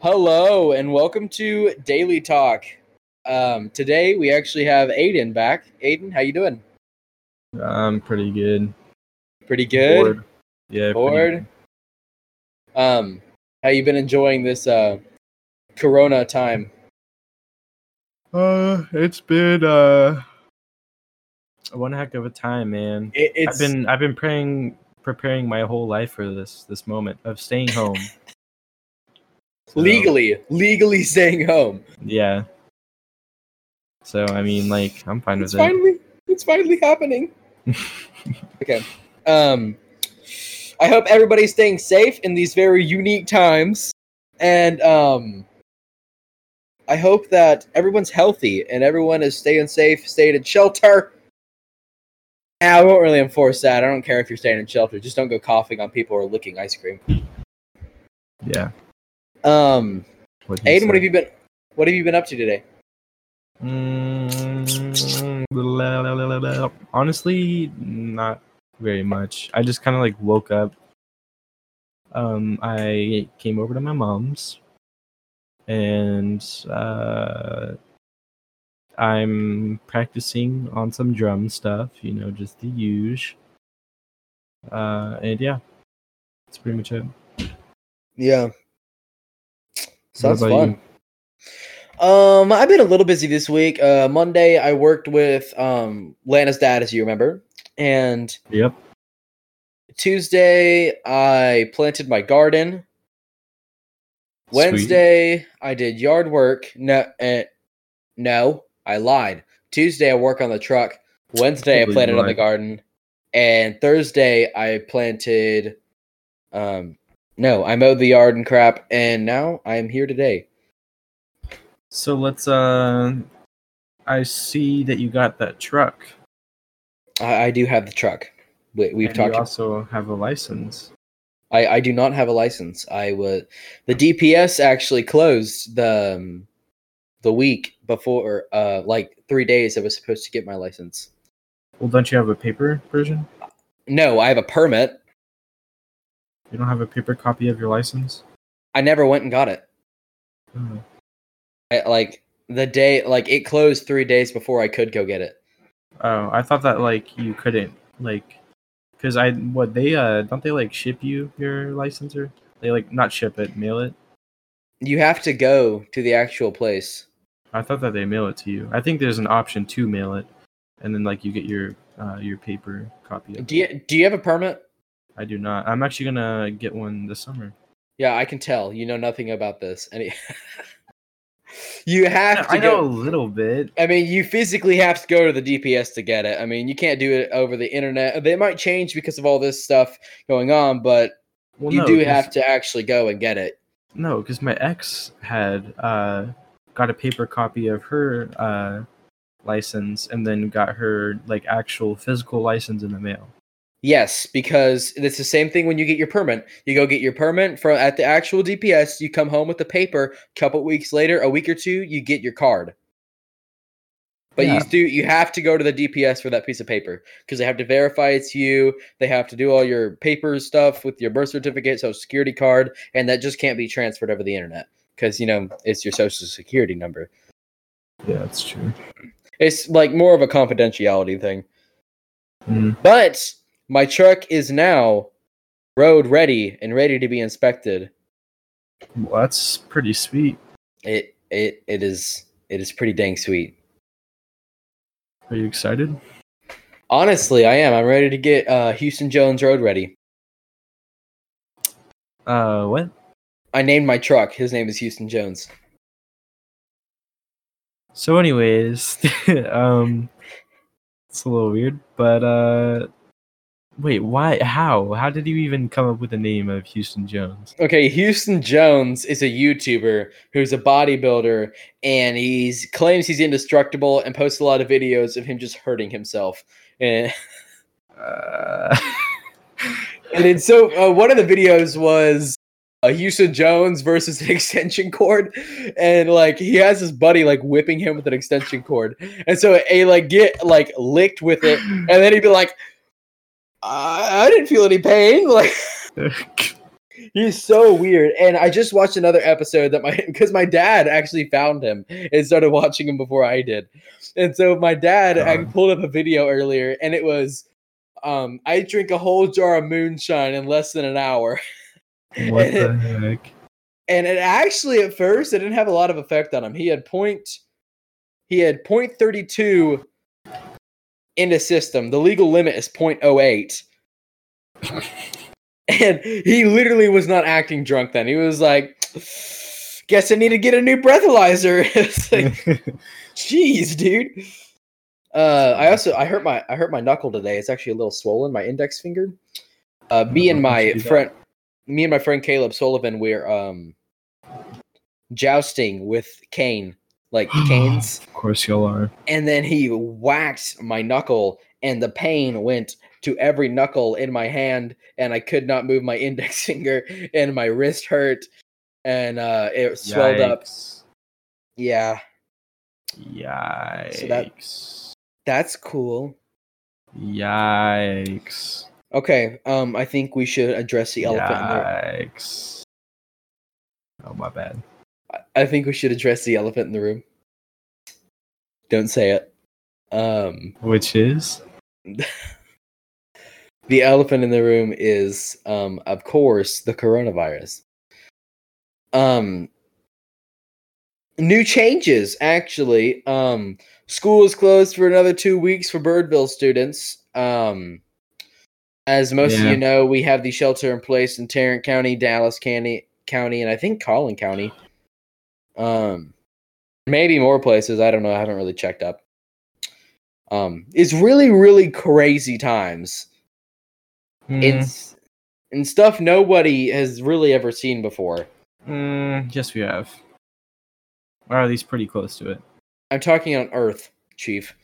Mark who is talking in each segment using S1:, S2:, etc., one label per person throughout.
S1: Hello and welcome to Daily Talk. Um, today we actually have Aiden back. Aiden, how you doing?
S2: I'm pretty good.
S1: Pretty good.
S2: Bored. Yeah. pretty
S1: Bored? Um, how you been enjoying this uh, Corona time?
S2: good. Uh, it's been uh one heck of a time, man.
S1: It, it's
S2: I've been I've been praying preparing my whole life for this this moment of staying home. So,
S1: legally, legally staying home.
S2: Yeah. So I mean, like, I'm fine
S1: It's
S2: with
S1: finally, it's finally happening.
S2: it.
S1: Okay. Um, I hope everybody's staying safe in these very unique times, and um, I hope that everyone's healthy and everyone is staying safe, staying in shelter. Ah, I won't really enforce that. I don't care if you're staying in shelter. Just don't go coughing on people or licking ice cream.
S2: yeah.
S1: Um,
S2: What
S1: Aiden, what have you been? What have you been up to today?
S2: Mm, la- la- la- la- la- la. Honestly, not very much. I just kind of like woke up. Um, I came over to my mom's, and uh, I'm practicing on some drum stuff. You know, just the usual. Uh, and yeah, that's pretty much it.
S1: Yeah. Sounds
S2: about
S1: fun. Um, I've been a little busy this week. Uh, Monday, I worked with um Lana's dad, as you remember, and
S2: Yep.
S1: Tuesday I planted my garden.
S2: Sweet.
S1: Wednesday I did yard work. No, eh, no, I lied. Tuesday I work on the truck. Wednesday I
S2: Totally
S1: planted on the
S2: lied.
S1: garden, and Thursday I planted. Um, no, I mowed the yard and crap, and now I am here today.
S2: So let's. Uh, I see that you got that truck.
S1: I, I do have the truck. We, we've
S2: And
S1: talked.
S2: You also have a license.
S1: I, I do not have a license. I was the DPS actually closed the um, the week before, uh, like three days. I was supposed to get my license.
S2: Well, don't you have a paper version?
S1: No, I have a permit.
S2: You don't have a paper copy of your license?
S1: I never went and got it.
S2: Oh,
S1: I, like the day, like it closed three days before I could go get it.
S2: Oh, I thought that like you couldn't like, cause I what they uh don't they like ship you your license or they like not ship it mail it?
S1: You have to go to the actual place.
S2: I thought that they mail it to you. I think there's an option to mail it, and then like you get your uh your paper copy. Of it.
S1: Do you do you have a permit?
S2: I do not. I'm actually gonna get one this summer.
S1: Yeah, I can tell you know nothing about this. Any, you have to
S2: I
S1: go.
S2: know a little bit.
S1: I mean, you physically have to go to the DPS to get it. I mean, you can't do it over the internet. They might change because of all this stuff going on, but
S2: Well,
S1: you
S2: no,
S1: do
S2: 'cause-
S1: have to actually go and get it.
S2: No, because my ex had uh, got a paper copy of her uh, license and then got her like actual physical license in the mail.
S1: Yes, because it's the same thing when you get your permit. You go get your permit from at the actual DPS. You come home with the paper. couple weeks later, a week or two, you get your card. But
S2: Yeah.
S1: you do you have to go to the DPS for that piece of paper because they have to verify it's you. They have to do all your papers stuff with your birth certificate, social security card, and that just can't be transferred over the internet because you know it's your social security number.
S2: Yeah, that's true.
S1: It's like more of a confidentiality thing.
S2: Mm.
S1: But my truck is now road ready and ready to be inspected.
S2: Well, that's pretty sweet.
S1: It it it is it is pretty dang sweet.
S2: Are you excited?
S1: Honestly, I am. I'm ready to get uh, Houston Jones Road ready.
S2: Uh, what?
S1: I named my truck. His name is Houston Jones.
S2: So, anyways, um, it's a little weird, but uh, wait, why? How? How did you even come up with the name of Houston Jones?
S1: Okay, Houston Jones is a YouTuber who's a bodybuilder, and he's claims he's indestructible and posts a lot of videos of him just hurting himself. And
S2: Uh,
S1: and then so uh, one of the videos was uh, Houston Jones versus an extension cord, and like he has his buddy like whipping him with an extension cord, and so a like get like licked with it, and then he'd be like, "I, I didn't feel any pain," like He's so weird. And I just watched another episode that my because my dad actually found him and started watching him before I did. And so my dad I
S2: God.
S1: pulled up a video earlier and it was um I drink a whole jar of moonshine in less than an hour.
S2: What the heck?
S1: And it actually at first it didn't have a lot of effect on him. He had point he had point thirty two in his system. The legal limit is point oh eight. and he literally was not acting drunk then. He was like, "Guess I need to get a new breathalyzer." it's like, jeez, dude. Uh, I also I hurt my I hurt my knuckle today. It's actually a little swollen, my index finger. Uh, me and
S2: Oh,
S1: my
S2: you got-
S1: friend, me and my friend Caleb Sullivan, we're um jousting with cane, like canes,
S2: of course y'all are.
S1: and then he whacked my knuckle, and the pain went to every knuckle in my hand, and I could not move my index finger, and my wrist hurt, and uh, it swelled up.
S2: Yikes.
S1: Yeah,
S2: Yikes.
S1: that- that's cool.
S2: Yikes.
S1: Okay, um, I think we should address the elephant. In the,
S2: Yikes. Oh my bad.
S1: I think we should address the elephant in the room. Don't say it. Um,
S2: Which is
S1: the elephant in the room is, um, of course, the coronavirus. Um, new changes actually. Um, school is closed for another two weeks for Birdville students. Um, as most of
S2: Yeah.
S1: you know, we have the shelter in place in Tarrant County, Dallas County, County, and I think Collin County. Um, maybe more places. I don't know. I haven't really checked up. Um, it's really, really crazy times
S2: Mm,
S1: it's and stuff nobody has really ever seen before.
S2: mm, yes, we have. Or at least pretty close to it.
S1: I'm talking on Earth, Chief.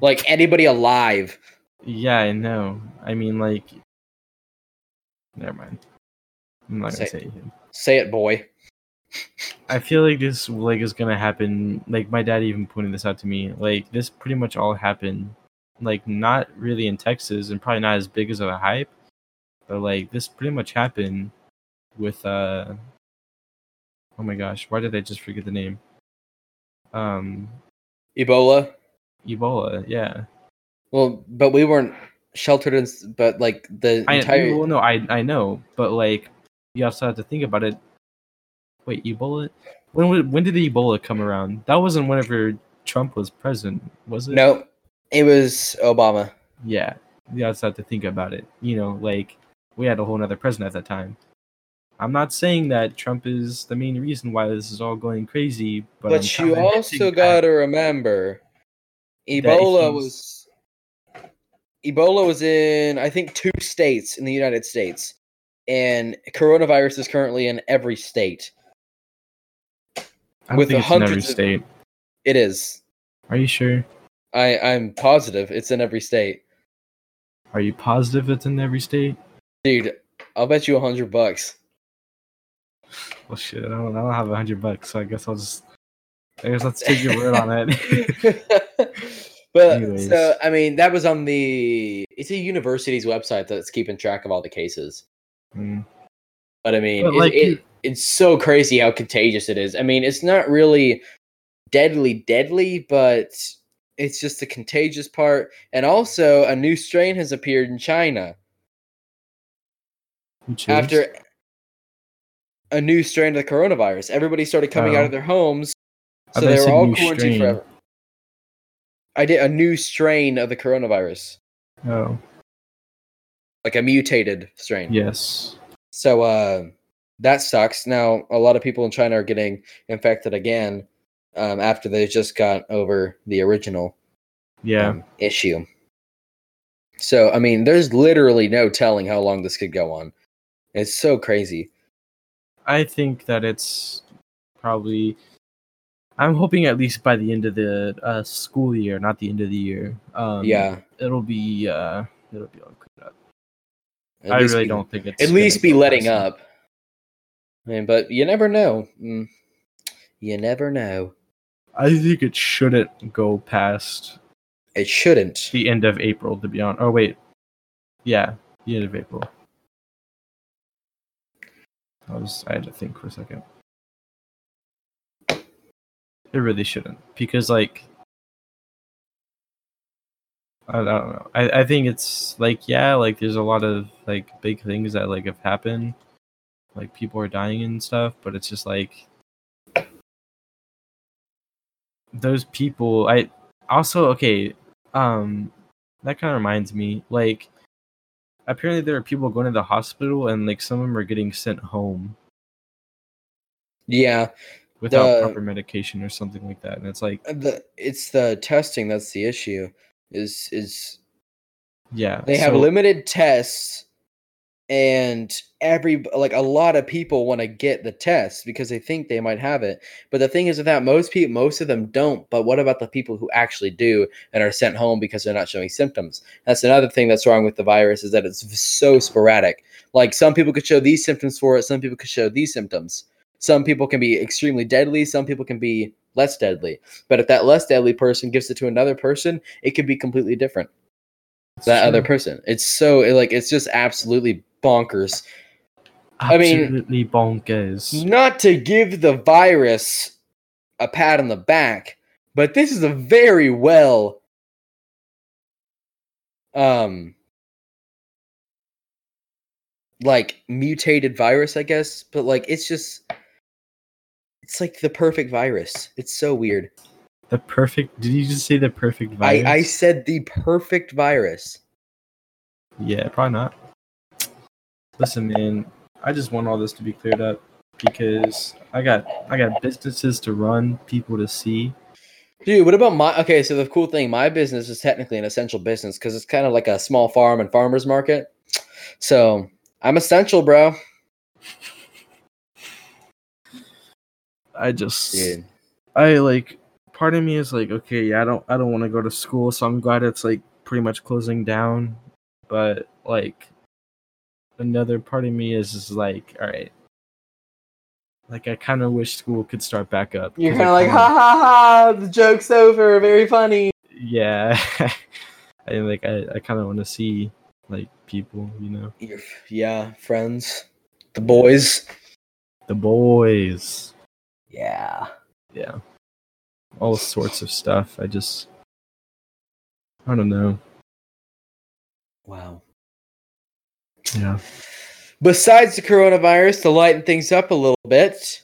S1: Like anybody alive.
S2: Yeah, I know. I mean, like, never mind. I'm not gonna
S1: Say-
S2: say anything.
S1: Say it, boy.
S2: I feel like this like is gonna happen. Like my dad even pointed this out to me. Like this pretty much all happened. Like not really in Texas and probably not as big as of a hype, but like this pretty much happened with uh. Oh my gosh! Why did I just forget the name? Um,
S1: Ebola.
S2: Ebola. Yeah.
S1: Well, but we weren't sheltered in, s- but like the
S2: I
S1: entire
S2: well, no, I I know, but like you also have to think about it. Wait, Ebola? When wa- when did Ebola come around? That wasn't whenever Trump was president, was it?
S1: no, it was Obama.
S2: Yeah, you also have to think about it. You know, like we had a whole other president at that time. I'm not saying that Trump is the main reason why this is all going crazy, but
S1: But,
S2: I'm
S1: you
S2: kinda
S1: also
S2: hinting at-
S1: got to remember,
S2: That
S1: Ebola
S2: he's-
S1: was Ebola was in I think two states in the United States, and coronavirus is currently in every state.
S2: I don't
S1: with
S2: think
S1: the
S2: it's in every
S1: hundreds of-
S2: state.
S1: It is.
S2: Are you sure?
S1: I I'm positive it's in every state,
S2: Are you positive it's in every state?
S1: dude. I'll bet you a hundred bucks.
S2: Well, shit, I don't, I don't have a hundred bucks, so I guess I'll just. I guess let's take your word on it.
S1: but
S2: Anyways.
S1: so I mean that was on the it's a university's website that's keeping track of all the cases.
S2: Mm,
S1: But I mean,
S2: But,
S1: it,
S2: like,
S1: it-
S2: you-
S1: it's so crazy how contagious it is. I mean, it's not really deadly, deadly, but it's just the contagious part. And also, a new strain has appeared in China
S2: which is-
S1: after a new strain of the coronavirus. Everybody started coming out
S2: Oh.
S1: of their homes, so
S2: I thought you
S1: they were
S2: said
S1: all
S2: new
S1: quarantined
S2: strain.
S1: forever. I did a new strain of the coronavirus,
S2: Oh
S1: like a mutated strain.
S2: yes,
S1: So uh, that sucks. Now a lot of people in China are getting infected again um, after they just got over the original
S2: yeah.
S1: um, issue. So I mean, there's literally no telling how long this could go on. It's so crazy.
S2: I think that it's probably. I'm hoping at least by the end of the uh, school year, not the end of the year. Um,
S1: yeah,
S2: it'll be. Uh, it'll be all cleared up.
S1: at
S2: I
S1: least
S2: really
S1: be-
S2: don't think it's.
S1: At
S2: gonna
S1: least be
S2: a
S1: letting
S2: person.
S1: up. I mean, but you never know. Mm. You never know.
S2: I think it shouldn't go past
S1: It shouldn't.
S2: the end of April. To be honest. Oh wait, yeah, the end of April. I was I had to think for a second. It really shouldn't because like I, I don't know. I, I think it's like yeah, like there's a lot of like big things that like have happened, like people are dying and stuff, but it's just like those people. I also okay. Um, that kind of reminds me like apparently there are people going to the hospital and like some of them are getting sent home
S1: Yeah,
S2: without
S1: The-
S2: proper medication or something like that and it's like
S1: the it's the testing that's the issue. Is is
S2: yeah
S1: they have
S2: so-
S1: limited tests, and every like a lot of people want to get the test because they think they might have it. But the thing is with that most people, most of them don't. But what about the people who actually do and are sent home because they're not showing symptoms? That's another thing that's wrong with the virus is that it's so sporadic. Like some people could show these symptoms for it, some people could show these symptoms. Some people can be extremely deadly, some people can be less deadly. But if that less deadly person gives it to another person, it could be completely different.
S2: it's
S1: That other
S2: true.
S1: person. It's so it, like it's just absolutely bonkers. I mean- Hmm?
S2: absolutely bonkers
S1: Not to give the virus a pat on the back, but this is a very well um like mutated virus, I guess, but like it's just it's like the perfect virus. It's so weird.
S2: the perfect did you just say the perfect
S1: I,
S2: virus
S1: I said the perfect virus.
S2: yeah probably not listen man i just want all this to be cleared up because i got i got businesses to run people to see
S1: Dude, what about my? Okay, so the cool thing, my business is technically an essential business because it's kind of like a small farm and farmers market. So I'm essential, bro.
S2: i just
S1: Dude,
S2: I like part of me is like, okay, yeah, I don't I don't want to go to school, so I'm glad it's like pretty much closing down. But like another part of me is just like, all right. Like I kind of wish school could start back up.
S1: oh
S2: 'cause I kinda-
S1: ha ha, the joke's over. Very funny.
S2: Yeah. I like I, I kind of want to see like people, you know,
S1: Your, f- yeah, friends, the boys.
S2: the boys.
S1: Yeah.
S2: yeah all sorts of stuff i just i don't know
S1: Wow.
S2: yeah
S1: Besides the coronavirus, to lighten things up a little bit,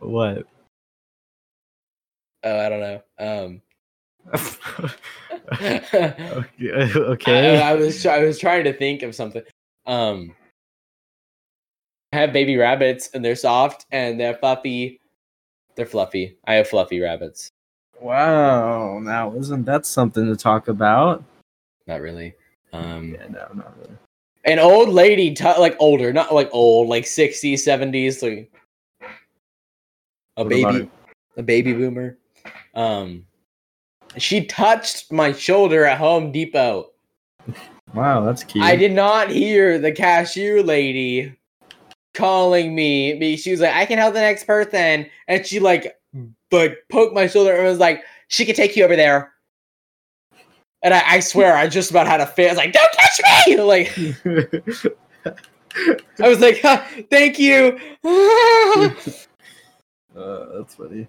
S2: what
S1: oh, I don't know. Um,
S2: okay, okay.
S1: I, I was try- I was trying to think of something. Um, I have baby rabbits and they're soft and they're fluffy. They're fluffy. I have fluffy rabbits.
S2: wow now isn't that something to talk about
S1: Not really. Um,
S2: yeah no not really
S1: an old lady, t- like older, not like old, like 60s, 70s, like a
S2: What about
S1: baby, a baby boomer. Um, she touched my shoulder at Home Depot.
S2: wow that's cute
S1: I did not hear the cashier lady calling me. Me, she was like, "I can help the next person," and she like, like poked my shoulder and was like, "She can take you over there." And I, I swear, I just about had a fit. I was like, "Don't touch me!" Like I was like, "Huh, "Thank you."
S2: uh, that's funny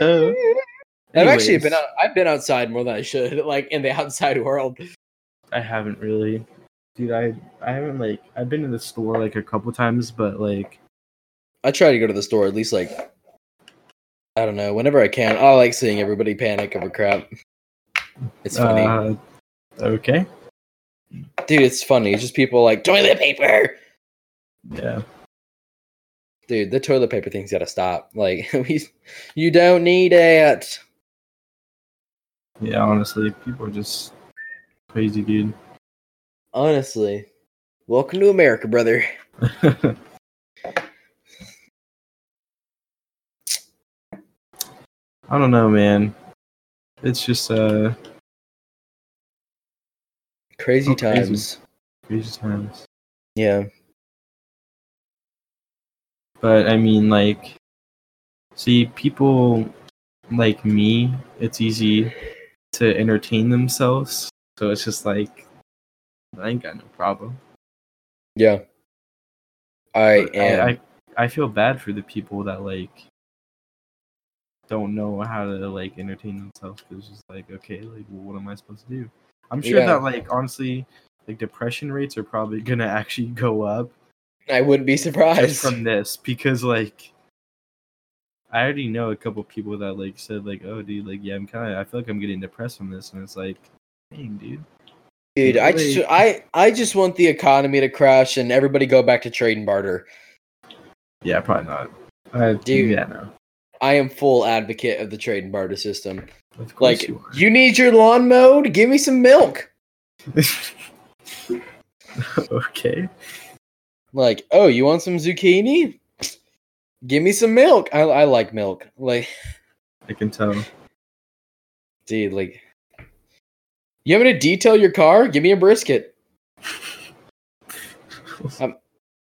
S1: I've actually been
S2: Anyways,
S1: out, I've been outside more than I should, like in the outside world.
S2: i haven't really dude i i haven't like i've been to the store like a couple times but like
S1: I try to go to the store at least like I don't know, whenever I can. I like seeing everybody panic over crap. It's funny.
S2: uh, okay
S1: Dude, it's funny. It's just people like toilet paper.
S2: yeah
S1: Dude, the toilet paper thing's gotta stop. Like we you don't need it.
S2: Yeah, honestly, people are just crazy, dude.
S1: Honestly. Welcome to America, brother.
S2: I don't know, man. It's just uh
S1: Crazy
S2: So crazy.
S1: times.
S2: crazy times.
S1: Yeah.
S2: But I mean, like, See, people like me, it's easy to entertain themselves. So it's just like, I ain't got no problem.
S1: Yeah. I
S2: But
S1: am.
S2: I, I feel bad for the people that like don't know how to like entertain themselves because it's just like okay, like well, what am I supposed to do? I'm sure
S1: Yeah.
S2: that like honestly, like depression rates are probably gonna actually go up
S1: I, wouldn't be surprised.
S2: just from this because like I already know a couple people that like said like oh dude like yeah I'm kind of I feel like I'm getting depressed from this and it's like dang dude
S1: Dude, I
S2: Really?
S1: just I I just want the economy to crash and everybody go back to trade and barter.
S2: yeah probably not uh,
S1: Dude.
S2: yeah no
S1: I am full advocate of the trade and barter system.
S2: of course
S1: Like
S2: you
S1: you, need your lawn mowed, give me some milk.
S2: are okay
S1: Like, oh, you want some zucchini? Give me some milk. I I like milk. Like,
S2: I can tell.
S1: dude, like you want me to detail your car? Give me a brisket.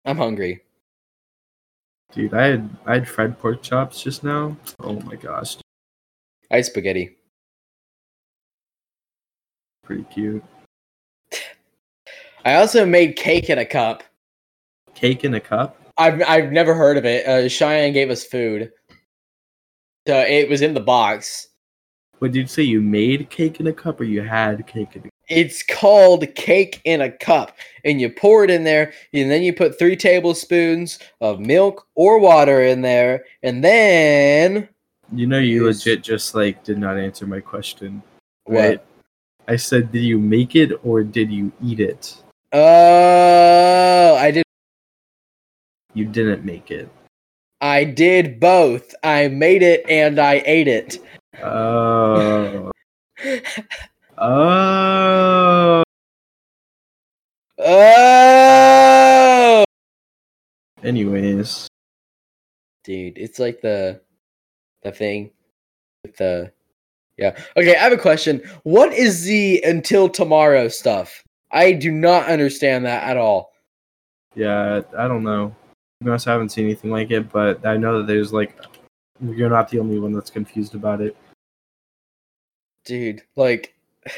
S1: I'm hungry.
S2: Dude, I had I had fried pork chops just now. Oh my gosh,
S1: I had spaghetti.
S2: pretty cute.
S1: I also made cake in a cup.
S2: Cake in a cup.
S1: I've I've never heard of it. Uh, Cheyenne gave us food. So it was in the box.
S2: What did you say? You made cake in a cup, or you had cake in a cup?
S1: It's called cake in a cup, and you pour it in there, and then you put three tablespoons of milk or water in there, and then
S2: You know, you
S1: Yes.
S2: legit just like did not answer my question.
S1: what?
S2: I said, did you make it or did you eat it?
S1: Oh, I did.
S2: You didn't make it.
S1: I did both. I made it and I ate it.
S2: Oh. oh.
S1: Oh,
S2: Anyways,
S1: dude, it's like the the thing with the yeah. Okay, I have a question. What is the until tomorrow stuff? I do not understand that at all.
S2: yeah, I don't know. To be honest, I haven't seen anything like it, but I know that there's like, you're not the only one that's confused about it.
S1: dude like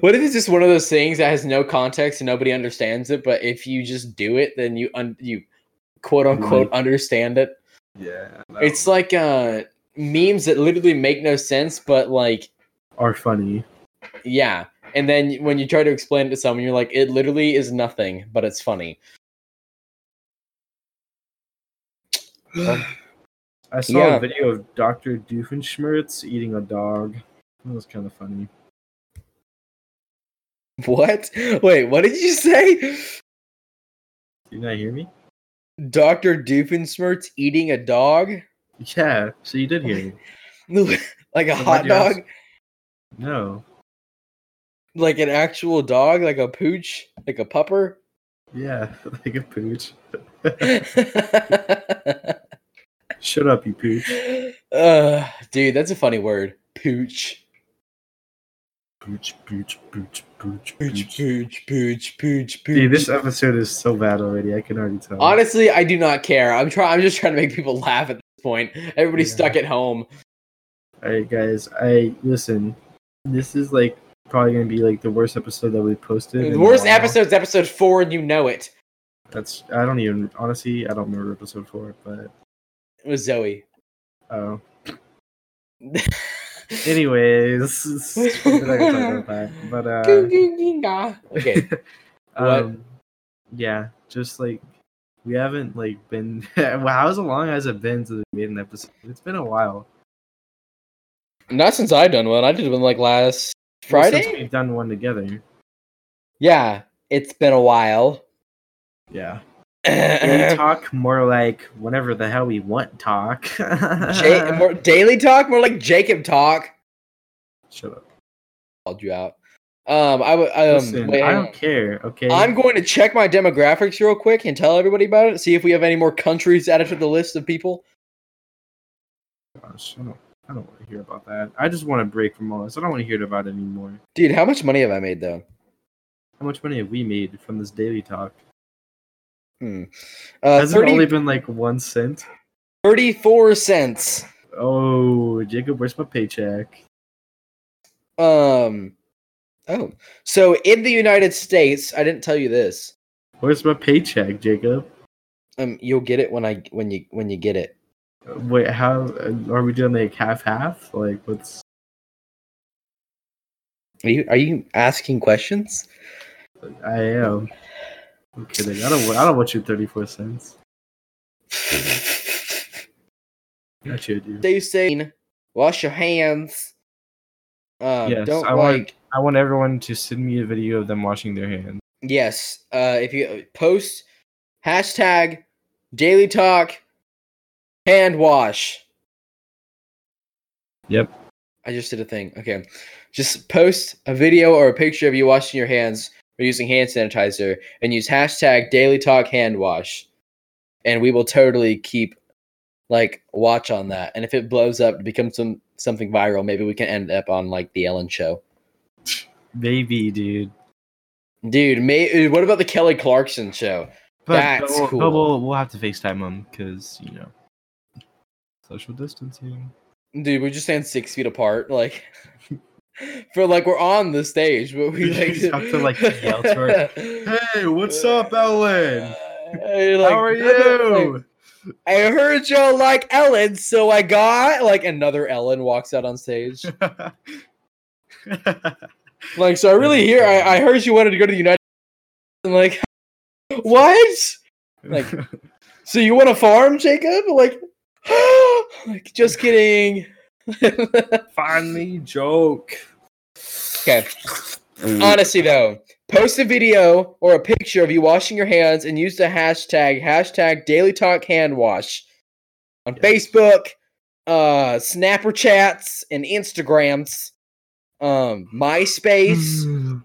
S1: what if it's just one of those things that has no context and nobody understands it but if you just do it then you un- you quote unquote understand it
S2: Yeah,
S1: it's like uh memes that literally make no sense but like
S2: are funny.
S1: yeah and then when you try to explain it to someone you're like it literally is nothing but it's funny
S2: I saw
S1: Yeah.
S2: a video of Dr. Doofenshmirtz eating a dog. That was kind of funny.
S1: what wait what did you say
S2: Did you not hear me?
S1: dr doofensmirtz eating a dog
S2: Yeah, so you did hear me.
S1: like a
S2: why'd
S1: hot
S2: you ask?
S1: dog
S2: No.
S1: like an actual dog, like a pooch, like a pupper.
S2: Yeah, like a pooch.
S1: uh,
S2: Shut up, you pooch.
S1: dude, that's a funny word. Pooch.
S2: Pooch, pooch, pooch, pooch,
S1: Pooch,
S2: pooch.
S1: pooch, pooch, pooch, pooch.
S2: Dude, this episode is so bad already. I can already tell.
S1: Honestly, I do not care. I'm trying. I'm just trying to make people laugh at this point. Everybody's
S2: Yeah.
S1: stuck at home.
S2: All right, guys. I listen. This is like probably gonna be like the worst episode that we posted. in
S1: The
S2: a
S1: worst
S2: while.
S1: episode's episode four, and you know it.
S2: That's. I don't even. Honestly, I don't remember episode four, but
S1: It was Zoe.
S2: oh. Anyways, it's- we're not gonna talk about that. But uh,
S1: okay. What?
S2: um, yeah, just like we haven't like been. well, how long has it been since we made an episode? It's been a while.
S1: Not since I've done one. I did one like last
S2: Well,
S1: Friday.
S2: since we've done one together.
S1: Yeah, it's been a while.
S2: Yeah, we
S1: Jay,
S2: talk more like whenever the hell we want talk.
S1: more, daily talk, more like Jacob talk.
S2: Shut up.
S1: Called you out. Um, I would. Um,
S2: Listen,
S1: wait,
S2: I
S1: hang
S2: don't
S1: on.
S2: care. Okay,
S1: I'm going to check my demographics real quick and tell everybody about it. See if we have any more countries added to the list of people.
S2: Gosh, I don't. I don't want to hear about that. I just want a break from all this. I don't want to hear about it anymore.
S1: Dude, how much money have I made though?
S2: How much money have we made from this daily talk?
S1: Hmm. Uh,
S2: Has it
S1: 30
S2: only been like one cent?
S1: 34 cents.
S2: Oh, Jacob, where's my paycheck?
S1: Um Oh. So in the United States, I didn't tell you this.
S2: Where's my paycheck, Jacob?
S1: Um you'll get it when I when you when you get it.
S2: Wait, how uh, are we doing like half half? Like, what's
S1: Are you are you asking questions?
S2: I am? I'm kidding. I don't. wa- I don't want your thirty-four cents. Not you, dude.
S1: Stay sane. Wash your hands. Um,
S2: Yes,
S1: don't
S2: I want-
S1: like
S2: I want everyone to send me a video of them washing their hands.
S1: Yes. Uh, if you uh, post hashtag daily talk hand wash.
S2: Yep.
S1: I just did a thing. Okay. Just post a video or a picture of you washing your hands or using hand sanitizer and use hashtag daily talk hand wash. And we will totally keep like watch on that. And if it blows up, it becomes some something viral, maybe we can end up on like the Ellen show.
S2: Maybe, dude.
S1: Dude, may- what about the Kelly Clarkson show?
S2: But,
S1: That's
S2: but we'll,
S1: cool.
S2: But we'll, we'll have to FaceTime them because you know social distancing.
S1: Dude, we just stand six feet apart, like for like we're on the stage, but we
S2: We
S1: like
S2: just have to, like, yell to her, Hey, what's up, Ellen?
S1: Uh, like,
S2: How are you?
S1: I heard y'all like Ellen, so I got like another Ellen walks out on stage. Like, so I really hear I, I heard you wanted to go to the United. And like, what? Like- So you want to farm, Jacob? Like, like just kidding.
S2: find me joke.
S1: Okay.
S2: Mm.
S1: Honestly though, post a video or a picture of you washing your hands and use the hashtag hashtag Daily Talk Hand Wash on
S2: Yes.
S1: Facebook, uh, Snapper chats and Instagrams, um,
S2: Mm.
S1: MySpace.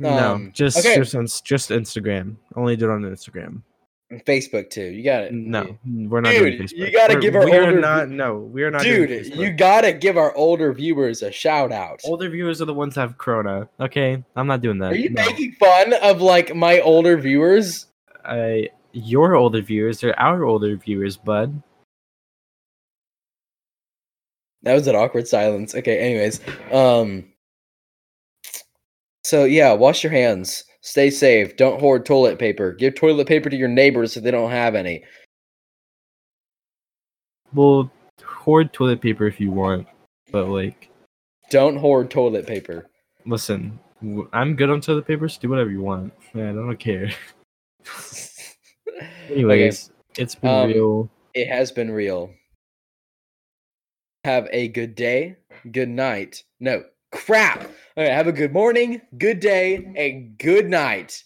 S2: no,
S1: Um,
S2: just
S1: okay.
S2: just on, just Instagram. Only do it on Instagram.
S1: and Facebook too. You got it.
S2: No, we're not doing
S1: Dude,
S2: Facebook.
S1: you gotta
S2: We're-
S1: give our
S2: we are
S1: older-
S2: not. No, we are not. doing
S1: dude,
S2: Facebook.
S1: you gotta give our older viewers a shout out.
S2: older viewers are the ones that have Corona. Okay, I'm not doing that.
S1: Are you
S2: No.
S1: making fun of like my older viewers?
S2: I, your older viewers are our older viewers, bud.
S1: That was an awkward silence. Okay, anyways. Um So yeah, wash your hands. Stay safe. Don't hoard toilet paper. Give toilet paper to your neighbors if they don't have any.
S2: Well, hoard toilet paper if you want, but like,
S1: Don't hoard toilet paper.
S2: listen, w- I'm good on toilet paper. So do whatever you want. Man, I don't care.
S1: Okay,
S2: Anyways, it's been
S1: um,
S2: real.
S1: it has been real. Have a good day, good night. No, crap. Okay, have a good morning, good day, and good night.